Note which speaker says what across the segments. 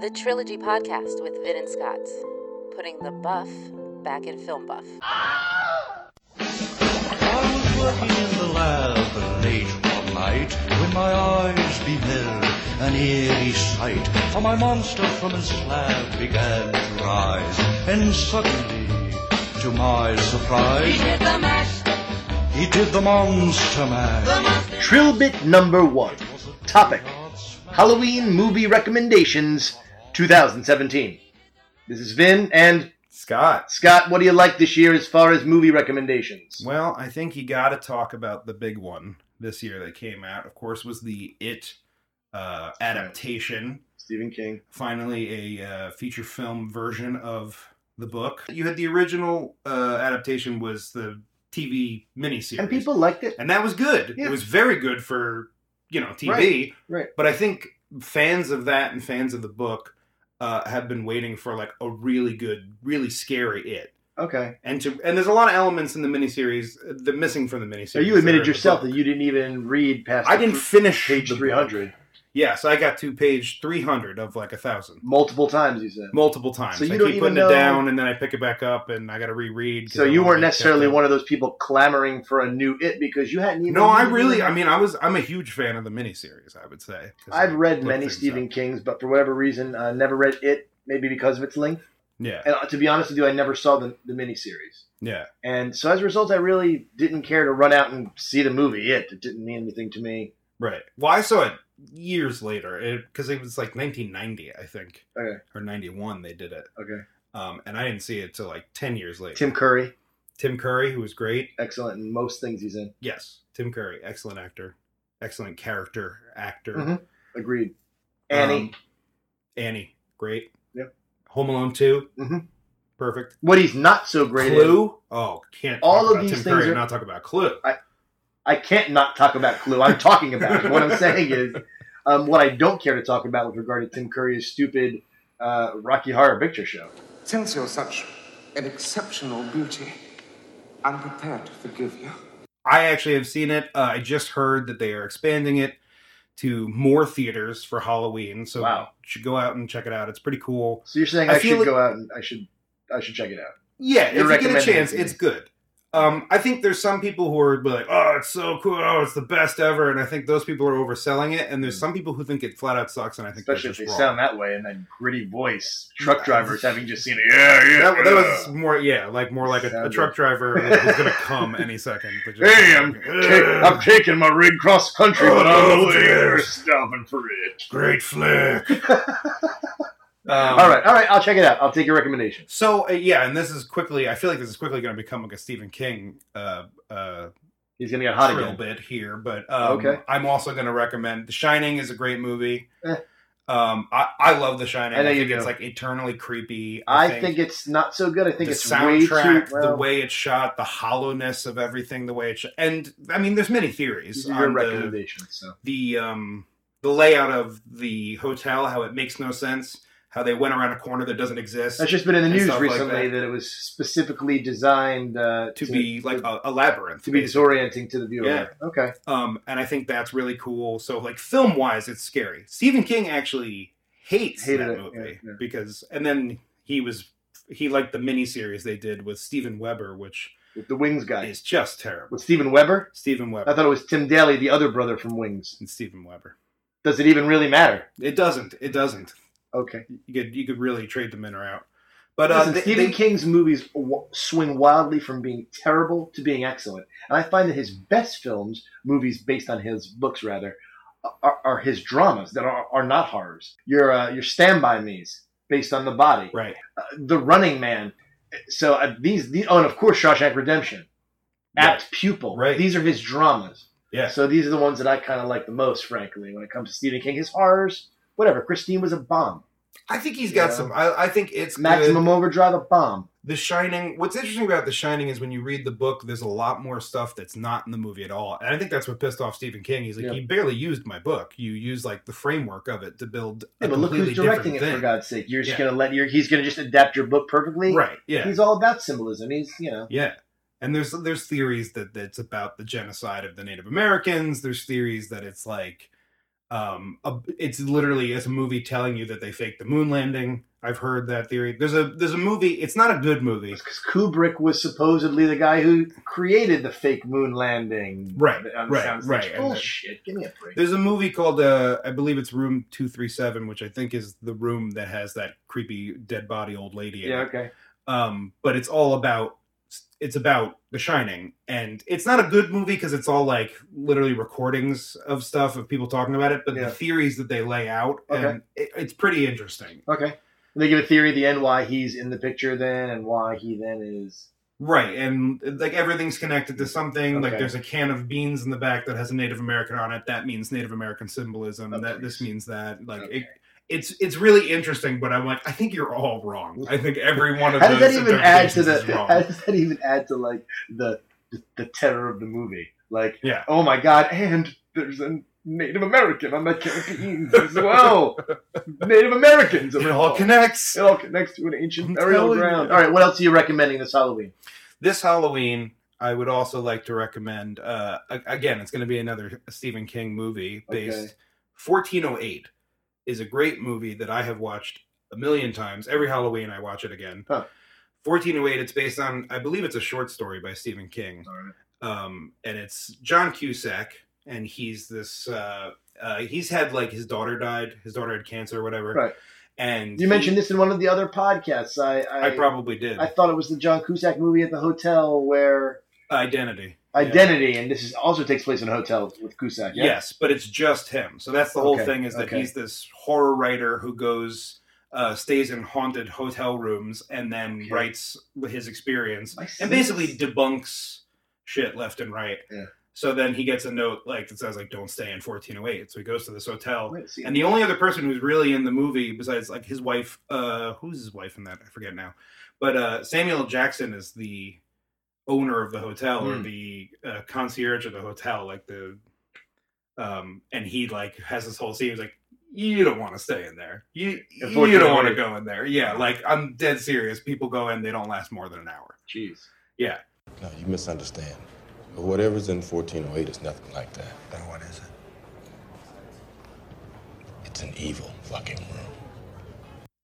Speaker 1: The Trilogy Podcast with Vin and Scott, putting the buff back in film buff.
Speaker 2: I was working in the lab late one night when my eyes beheld an eerie sight. For my monster from his slab began to rise, and suddenly, to my surprise, he did the mash. He did the monster mash.
Speaker 3: Trilbit number one. Topic Halloween movie recommendations 2017. This is Vin and
Speaker 4: Scott.
Speaker 3: Scott. What do you like this year as far as movie recommendations?
Speaker 4: Well, I think you got to talk about the big one this year that came out. Of course, was the It uh, adaptation.
Speaker 3: Stephen King.
Speaker 4: Finally, a uh, feature film version of the book. You had the original uh, adaptation was the TV miniseries,
Speaker 3: And people liked it.
Speaker 4: and that was good.
Speaker 3: Yeah.
Speaker 4: It was very good for you know TV.
Speaker 3: Right.
Speaker 4: But I think fans of that and fans of the book uh, have been waiting for like a really good, really scary It.
Speaker 3: Okay.
Speaker 4: and to and there's a lot of elements in the miniseries uh, the missing from the miniseries.
Speaker 3: So you admitted
Speaker 4: They're-
Speaker 3: yourself that you didn't even read past.
Speaker 4: I
Speaker 3: the
Speaker 4: didn't
Speaker 3: fir-
Speaker 4: finish
Speaker 3: page
Speaker 4: the book.
Speaker 3: three hundred
Speaker 4: Yeah, so I got to page three hundred of like a thousand
Speaker 3: multiple times. You said.
Speaker 4: multiple times.
Speaker 3: So you
Speaker 4: I
Speaker 3: don't
Speaker 4: keep
Speaker 3: even
Speaker 4: putting
Speaker 3: know-
Speaker 4: it down, and then I pick it back up, and I got to reread. 'cause
Speaker 3: So
Speaker 4: I
Speaker 3: you
Speaker 4: wanna
Speaker 3: weren't
Speaker 4: get
Speaker 3: necessarily
Speaker 4: that.
Speaker 3: one of those people clamoring for a new it because you hadn't even.
Speaker 4: No, I really. I mean, I was. I'm a huge fan of the miniseries. I would say 'cause I
Speaker 3: I've read
Speaker 4: look
Speaker 3: many
Speaker 4: things
Speaker 3: Stephen
Speaker 4: up.
Speaker 3: Kings, but for whatever reason, I never read it. Maybe because of its length.
Speaker 4: Yeah,
Speaker 3: And uh, to be honest with you, I never saw the, the miniseries.
Speaker 4: yeah.
Speaker 3: And so as a result, I really didn't care to run out and see the movie. It, it didn't mean anything to me.
Speaker 4: Right. Well, I saw it years later because it, was like 1990, I think,
Speaker 3: Okay.
Speaker 4: or 91. They did it,
Speaker 3: Okay.
Speaker 4: um, and I didn't see it till like 10 years later.
Speaker 3: Tim Curry,
Speaker 4: Tim Curry, who was great,
Speaker 3: excellent in most things he's in.
Speaker 4: Yes, Tim Curry, excellent actor, excellent character actor.
Speaker 3: Mhm. Agreed. Annie,
Speaker 4: Um, Annie, great.
Speaker 3: Yep.
Speaker 4: Home Alone 2
Speaker 3: Mhm.
Speaker 4: perfect.
Speaker 3: what he's not so great in.
Speaker 4: Clue. Oh, can't
Speaker 3: All
Speaker 4: talk
Speaker 3: of
Speaker 4: about
Speaker 3: these
Speaker 4: Tim
Speaker 3: things
Speaker 4: Curry
Speaker 3: are-
Speaker 4: and not talk about Clue.
Speaker 3: I can't not talk about Clue. I'm talking about it. What I'm saying is, um, what I don't care to talk about with regard to Tim Curry is stupid uh, Rocky Horror Picture Show.
Speaker 5: Since you're such an exceptional beauty, I'm prepared to forgive you.
Speaker 4: I actually have seen it. Uh, I just heard that they are expanding it to more theaters for Halloween. So
Speaker 3: Wow.
Speaker 4: you should go out and check it out. It's pretty cool.
Speaker 3: So you're saying
Speaker 4: I
Speaker 3: I,
Speaker 4: feel
Speaker 3: should
Speaker 4: like-
Speaker 3: go out and I should I should check it out. You're
Speaker 4: Yeah, if you get a
Speaker 3: recommending
Speaker 4: chance,
Speaker 3: it to me.
Speaker 4: it's good. Um, I think there's some people who are like, "Oh, it's so cool! Oh, it's the best ever!" And I think those people are overselling it. And there's some people who think it flat out sucks, and I think
Speaker 3: Hmm. Especially if
Speaker 4: that's
Speaker 3: they
Speaker 4: just wrong.
Speaker 3: sound that way and that gritty voice. Truck drivers having just seen it. Yeah, yeah.
Speaker 4: That, that
Speaker 3: yeah.
Speaker 4: was more, yeah, like more like a, a
Speaker 3: Sounded-
Speaker 4: truck driver who's gonna come any second. but just-
Speaker 3: Hey, I'm, ta- I'm taking my rig cross country, but
Speaker 4: Oh,
Speaker 3: I'm over here stopping for it.
Speaker 4: great flick. Um,
Speaker 3: All right, all right, I'll check it out. I'll take your recommendation.
Speaker 4: So uh, yeah, and this is quickly. I feel like this is quickly going to become like a Stephen King uh, uh,
Speaker 3: He's gonna get hot
Speaker 4: trill
Speaker 3: again.
Speaker 4: bit here, but um,
Speaker 3: Okay.
Speaker 4: I'm also going to recommend The Shining is a great movie.
Speaker 3: Eh.
Speaker 4: Um, I, I love The Shining.
Speaker 3: I know you
Speaker 4: think it's
Speaker 3: do.
Speaker 4: like eternally creepy.
Speaker 3: I think it's not so good. I think
Speaker 4: the
Speaker 3: it's way too.
Speaker 4: soundtrack,
Speaker 3: Well,
Speaker 4: the way it's shot, the hollowness of everything, the way it's and I mean, there's many theories
Speaker 3: these are your
Speaker 4: on the
Speaker 3: recommendations. So
Speaker 4: the um the layout of the hotel, how it makes no sense, how they went around a corner that doesn't exist
Speaker 3: that's just been in the
Speaker 4: and
Speaker 3: news
Speaker 4: stuff like
Speaker 3: recently
Speaker 4: that.
Speaker 3: that. it was specifically designed uh,
Speaker 4: to be like a, a labyrinth
Speaker 3: to be
Speaker 4: basically.
Speaker 3: disorienting to the viewer.
Speaker 4: Yeah.
Speaker 3: Okay.
Speaker 4: Um, and I think that's really cool. So, like film wise, it's scary. Stephen King actually hates
Speaker 3: Hated
Speaker 4: that
Speaker 3: it,
Speaker 4: movie
Speaker 3: yeah, yeah.
Speaker 4: because, and then he was he liked the miniseries they did with Steven Weber, which
Speaker 3: With the Wings guy,
Speaker 4: is just terrible.
Speaker 3: with Steven Weber.
Speaker 4: Steven
Speaker 3: I
Speaker 4: Weber
Speaker 3: thought it was Tim Daly, the other brother from Wings.
Speaker 4: and Steven Weber.
Speaker 3: Does it even really matter?
Speaker 4: It doesn't. It doesn't.
Speaker 3: Okay.
Speaker 4: You could you could really trade them in or out. But uh,
Speaker 3: Listen,
Speaker 4: they-
Speaker 3: Stephen
Speaker 4: they-
Speaker 3: King's movies w- swing wildly from being terrible to being excellent, and I find that his best films, movies based on his books rather, are, are his dramas that are, are not horrors. Your uh, your Stand by Me's based on the body,
Speaker 4: right.
Speaker 3: uh, The Running Man. So uh, these, the oh, and of course Shawshank Redemption, Apt Pupil.
Speaker 4: Right.
Speaker 3: These are his dramas.
Speaker 4: Yeah.
Speaker 3: So these are the ones that I kind of like the most, frankly, when it comes to Stephen King. His horrors, whatever. Christine was a bomb.
Speaker 4: I think he's got
Speaker 3: Yeah.
Speaker 4: some. I, I think it's good.
Speaker 3: Maximum Overdrive, a bomb.
Speaker 4: The Shining. What's interesting about The Shining is when you read the book, there's a lot more stuff that's not in the movie at all, and I think that's what pissed off Stephen King. He's like,
Speaker 3: Yeah.
Speaker 4: you barely used my book. You used like the framework of it to build.
Speaker 3: Yeah,
Speaker 4: a
Speaker 3: but look
Speaker 4: completely
Speaker 3: who's directing it
Speaker 4: different
Speaker 3: for God's sake. You're just
Speaker 4: Yeah.
Speaker 3: gonna let your he's gonna just adapt your book perfectly.
Speaker 4: thing. right? Yeah,
Speaker 3: He's all about symbolism. He's you know
Speaker 4: yeah. And there's there's theories that that's about the genocide of the Native Americans. There's theories that it's like um a, it's literally it's a movie telling you that they faked the moon landing i've heard that theory there's a there's a movie it's not a good movie
Speaker 3: Because Kubrick was supposedly the guy who created the fake moon landing.
Speaker 4: Right,
Speaker 3: on the
Speaker 4: right,
Speaker 3: soundstage.
Speaker 4: right, and
Speaker 3: Bullshit. Give me a break.
Speaker 4: there's a movie called uh i believe it's room 237 which i think is the room that has that creepy dead body old lady in
Speaker 3: Yeah,
Speaker 4: it.
Speaker 3: okay.
Speaker 4: um but it's all about it's about the shining and it's not a good movie because it's all like literally recordings of stuff of people talking about it but
Speaker 3: Yeah.
Speaker 4: the theories that they lay out
Speaker 3: Okay.
Speaker 4: and it, it's pretty interesting
Speaker 3: Okay. And they give a theory at the end why he's in the picture then and why he then is.
Speaker 4: right and like everything's connected to something like
Speaker 3: Okay.
Speaker 4: there's a can of beans in the back that has a native american on it that means native american symbolism
Speaker 3: Oh,
Speaker 4: that
Speaker 3: nice.
Speaker 4: this means that like
Speaker 3: Okay.
Speaker 4: it it's it's really interesting, but I'm like I think you're all wrong. I think every one of
Speaker 3: How does
Speaker 4: those
Speaker 3: that even add to
Speaker 4: interpretations
Speaker 3: the?
Speaker 4: is wrong.
Speaker 3: How does that even add to like the the, the terror of the movie? Like,
Speaker 4: Yeah.
Speaker 3: oh my god! And there's a Native American on that can of beans as well. Native Americans.
Speaker 4: it all connects.
Speaker 3: It all connects to an ancient
Speaker 4: I'm
Speaker 3: burial
Speaker 4: telling
Speaker 3: ground.
Speaker 4: you.
Speaker 3: All right, what else are you recommending this Halloween?
Speaker 4: this Halloween, I would also like to recommend. Uh, a- again, it's going to be another Stephen King movie based.
Speaker 3: Okay.
Speaker 4: 1408 is a great movie that I have watched a million times. Every Halloween, I watch it again.
Speaker 3: Huh.
Speaker 4: 1408. It's based on, I believe, it's a short story by Stephen King,
Speaker 3: All right.
Speaker 4: um, and it's John Cusack, and he's this. Uh, uh, he's had like his daughter died. His daughter had cancer or whatever.
Speaker 3: Right.
Speaker 4: And
Speaker 3: You
Speaker 4: he-
Speaker 3: mentioned this in one of the other podcasts. I I,
Speaker 4: I probably did.
Speaker 3: I thought it was the John Cusack movie at the hotel where
Speaker 4: Identity. Yeah.
Speaker 3: identity, and this is also takes place in a hotel with Cusack. Yeah?
Speaker 4: Yes, but it's just him. So that's the whole
Speaker 3: Okay,
Speaker 4: thing is that
Speaker 3: okay.
Speaker 4: he's this horror writer who goes uh, stays in haunted hotel rooms and then
Speaker 3: Okay.
Speaker 4: writes his experience
Speaker 3: My
Speaker 4: and
Speaker 3: sis-
Speaker 4: basically debunks shit left and right.
Speaker 3: Yeah.
Speaker 4: So then he gets a note like that says like don't stay in 1408. So he goes to this hotel
Speaker 3: Wait, see,
Speaker 4: and the only other person who's really in the movie besides like his wife, uh, who's his wife in that? I forget now. But uh, Samuel L. Jackson is the owner of the hotel or
Speaker 3: Hmm.
Speaker 4: the uh, concierge of the hotel, like the, um, and he like has this whole scene. He's like, you don't want to stay in there. You you don't want to
Speaker 3: Unfortunately.
Speaker 4: go in there. Yeah, like I'm dead serious. People go in, they don't last more than an hour.
Speaker 3: Jeez.
Speaker 4: Yeah.
Speaker 6: No, you misunderstand. Whatever's in 1408 is nothing like that.
Speaker 7: Then what is it?
Speaker 6: It's an evil fucking room.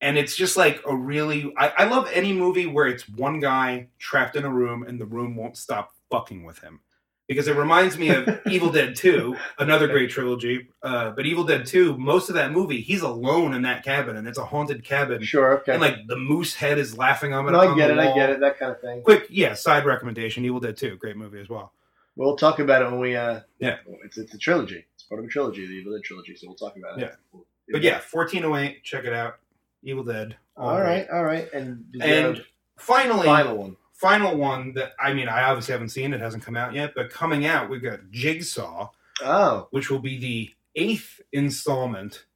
Speaker 4: and it's just like a really I, I love any movie where it's one guy trapped in a room and the room won't stop fucking with him because it reminds me of evil dead 2 another great trilogy uh, but evil dead 2 most of that movie he's alone in that cabin and it's a haunted cabin
Speaker 3: Sure. Okay.
Speaker 4: and like the moose head is laughing on
Speaker 3: no, I get it.
Speaker 4: the
Speaker 3: I
Speaker 4: wall.
Speaker 3: get it. That kind of thing.
Speaker 4: quick yeah side recommendation evil dead 2 great movie as well
Speaker 3: We'll talk about it when we. uh
Speaker 4: Yeah.
Speaker 3: It's it's a trilogy. It's part of a trilogy, the Evil Dead trilogy. So we'll talk about it.
Speaker 4: Yeah. but yeah 1408 check it out evil dead
Speaker 3: All right. All right. And did you
Speaker 4: and
Speaker 3: have a
Speaker 4: finally
Speaker 3: final one.
Speaker 4: final one that I mean, I obviously haven't seen it; hasn't come out yet. But coming out, we've got Jigsaw,
Speaker 3: Oh,
Speaker 4: which will be the eighth installment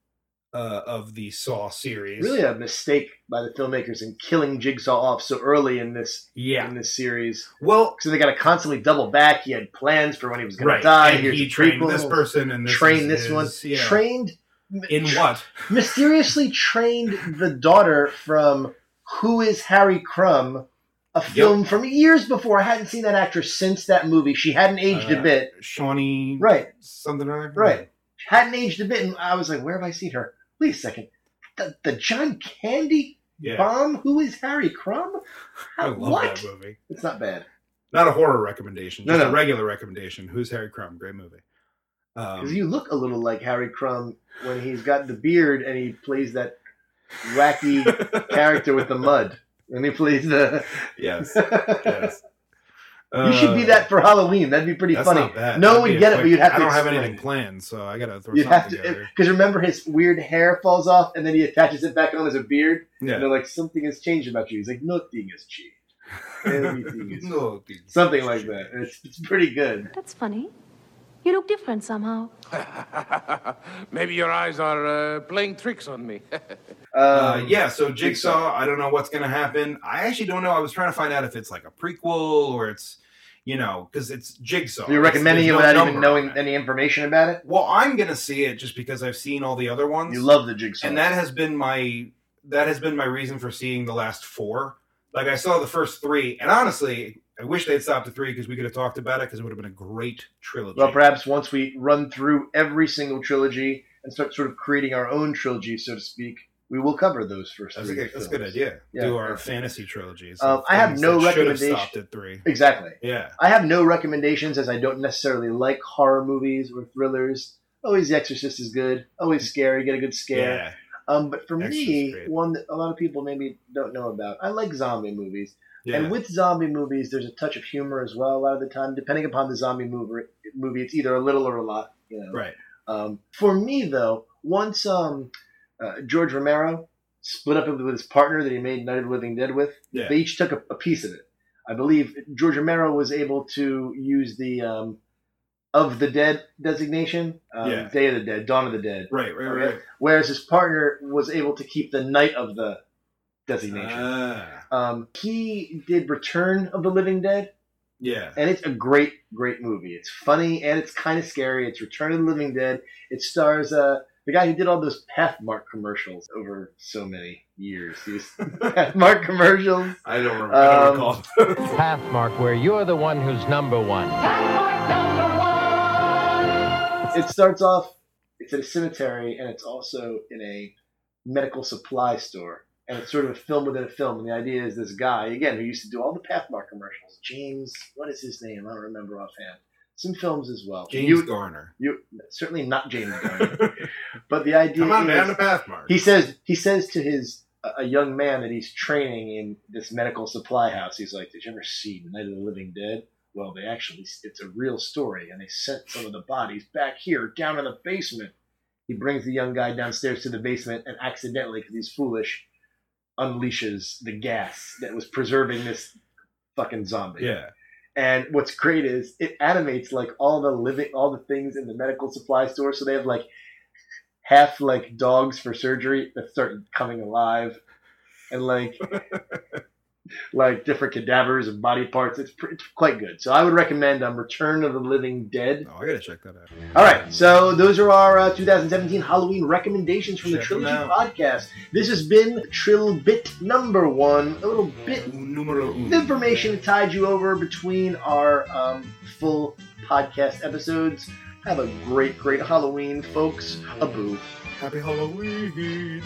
Speaker 4: uh, of the Saw series.
Speaker 3: really a mistake by the filmmakers in killing Jigsaw off so early in this
Speaker 4: Yeah.
Speaker 3: in this series.
Speaker 4: Well,
Speaker 3: So they got to constantly double back. He had plans for when he was going
Speaker 4: right.
Speaker 3: to die.
Speaker 4: and
Speaker 3: Here's
Speaker 4: he
Speaker 3: a
Speaker 4: trained
Speaker 3: prequel.
Speaker 4: this person and this
Speaker 3: trained
Speaker 4: is
Speaker 3: this one.
Speaker 4: his- yeah.
Speaker 3: Trained
Speaker 4: in what?
Speaker 3: mysteriously trained the daughter from Who is Harry Crumb, a film from years before. I hadn't seen that actress since that movie. She hadn't aged a
Speaker 4: Uh,
Speaker 3: bit.
Speaker 4: Shawnee,
Speaker 3: Right.
Speaker 4: Something or other.
Speaker 3: Right. She hadn't aged a bit. And I was like, where have I seen her? Wait a second. The, the John Candy
Speaker 4: Yeah,
Speaker 3: bomb? Who is Harry Crumb?
Speaker 4: I love
Speaker 3: what?
Speaker 4: that movie.
Speaker 3: It's not bad.
Speaker 4: Not a horror recommendation,
Speaker 3: No,
Speaker 4: just
Speaker 3: no.
Speaker 4: a regular recommendation. Who's Harry Crumb? Great movie. Um,
Speaker 3: Because you look a little like Harry Crumb when he's got the beard and he plays that wacky character with the mud. And he plays the.
Speaker 4: yes,
Speaker 3: you
Speaker 4: yes.
Speaker 3: should be
Speaker 4: Uh,
Speaker 3: that for Halloween. That'd be pretty
Speaker 4: That's
Speaker 3: funny.
Speaker 4: not bad.
Speaker 3: No
Speaker 4: That'd
Speaker 3: one
Speaker 4: be a
Speaker 3: get it,
Speaker 4: quick-
Speaker 3: but you'd have to
Speaker 4: I don't have
Speaker 3: explain
Speaker 4: anything
Speaker 3: it.
Speaker 4: planned, so I gotta throw
Speaker 3: You'd
Speaker 4: something
Speaker 3: have to,
Speaker 4: together.
Speaker 3: because remember his weird hair falls off, and then he attaches it back on as a beard. And they're
Speaker 4: Yeah.
Speaker 3: like, something has changed about you. He's like, nothing has changed. Everything is-
Speaker 4: No, dude.
Speaker 3: Something like that. It's, it's pretty good.
Speaker 8: That's funny. You look different somehow.
Speaker 9: Maybe your eyes are uh, playing tricks on me.
Speaker 3: Um,
Speaker 4: Uh, yeah, so Jigsaw, I don't know what's gonna happen. I actually don't know. I was trying to find out if it's like a prequel or it's, you know, because it's Jigsaw.
Speaker 3: You're
Speaker 4: Oh, It's-
Speaker 3: recommending it
Speaker 4: there's no
Speaker 3: without even
Speaker 4: number
Speaker 3: knowing
Speaker 4: on it.
Speaker 3: any information about it?
Speaker 4: Well, I'm gonna see it just because I've seen all the other ones.
Speaker 3: You love the jigsaw.
Speaker 4: and that has been my that has been my reason for seeing the last four. Like I saw the first three, and honestly, I wish they had stopped at three because we could have talked about it because it would have been a great trilogy.
Speaker 3: well, perhaps once we run through every single trilogy and start sort of creating our own trilogy, so to speak, we will cover those first
Speaker 4: That's a
Speaker 3: three.
Speaker 4: good, that's a good
Speaker 3: films.
Speaker 4: idea.
Speaker 3: Yeah.
Speaker 4: Do our fantasy trilogies.
Speaker 3: Um,
Speaker 4: of
Speaker 3: I have
Speaker 4: films
Speaker 3: no
Speaker 4: that should have
Speaker 3: recommendation-
Speaker 4: Stopped at three.
Speaker 3: Exactly.
Speaker 4: Yeah.
Speaker 3: I have no recommendations as I don't necessarily like horror movies or thrillers. Always The Exorcist is good. Always scary. Get a good scare.
Speaker 4: Yeah.
Speaker 3: Um, but for
Speaker 4: Exorcist
Speaker 3: me,
Speaker 4: is great.
Speaker 3: one that a lot of people maybe don't know about. I like zombie movies,
Speaker 4: Yeah.
Speaker 3: and with zombie movies, there's a touch of humor as well. A lot of the time, depending upon the zombie movie, movie it's either a little or a lot. You know.
Speaker 4: right.
Speaker 3: Um, for me, though, once um, uh, George Romero split up with his partner that he made Night of the Living Dead with,
Speaker 4: Yeah.
Speaker 3: they each took a, a piece of it. I believe George Romero was able to use the um, of the dead designation, um,
Speaker 4: Yeah.
Speaker 3: Day of the Dead, Dawn of the Dead,
Speaker 4: Right. Right.
Speaker 3: Okay.
Speaker 4: Right.
Speaker 3: whereas his partner was able to keep the Night of the designation.
Speaker 4: Ah,
Speaker 3: um, he did Return of the Living Dead,
Speaker 4: yeah.
Speaker 3: and it's a great, great movie. It's funny and it's kind of scary. It's Return of the Living Dead. It stars uh, the guy who did all those Pathmark commercials over so many years. These Pathmark commercials.
Speaker 4: I don't remember. I don't
Speaker 3: Um,
Speaker 4: recall.
Speaker 7: Pathmark, where you're the one who's number one.
Speaker 3: It starts off. It's at a cemetery, and it's also in a medical supply store. And it's sort of a film within a film. And the idea is this guy, again, who used to do all the Pathmark commercials, James, what is his name? I don't remember offhand. Some films as well.
Speaker 4: James
Speaker 3: you,
Speaker 4: Garner.
Speaker 3: you certainly not James Gunn.
Speaker 4: Come
Speaker 3: But the idea
Speaker 4: on,
Speaker 3: is,
Speaker 4: man. The Pathmark.
Speaker 3: he says he says to his a- a young man that he's training in this medical supply house. He's like, "Did you ever see The Night of the Living Dead?" Well, they actually it's a real story, and they sent some of the bodies back here down in the basement. He brings the young guy downstairs to the basement, and accidentally, because he's foolish, unleashes the gas that was preserving this fucking zombie.
Speaker 4: Yeah.
Speaker 3: And what's great is it animates like all the living, all the things in the medical supply store. So they have like half like dogs for surgery that start coming alive, and like like different cadavers and body parts. It's, pr- it's quite good. So I would recommend um, Return of the Living Dead.
Speaker 4: Oh, I gotta check that out.
Speaker 3: All right, so those are our uh, 2017 Halloween recommendations from the
Speaker 4: Check 'em
Speaker 3: Trilogy
Speaker 4: out.
Speaker 3: Podcast. This has been Trill Bit number one. A little bit
Speaker 4: Numero uno.
Speaker 3: the information that tied you over between our um, full podcast episodes. Have a great, great Halloween, folks. A boo.
Speaker 4: Happy Halloween.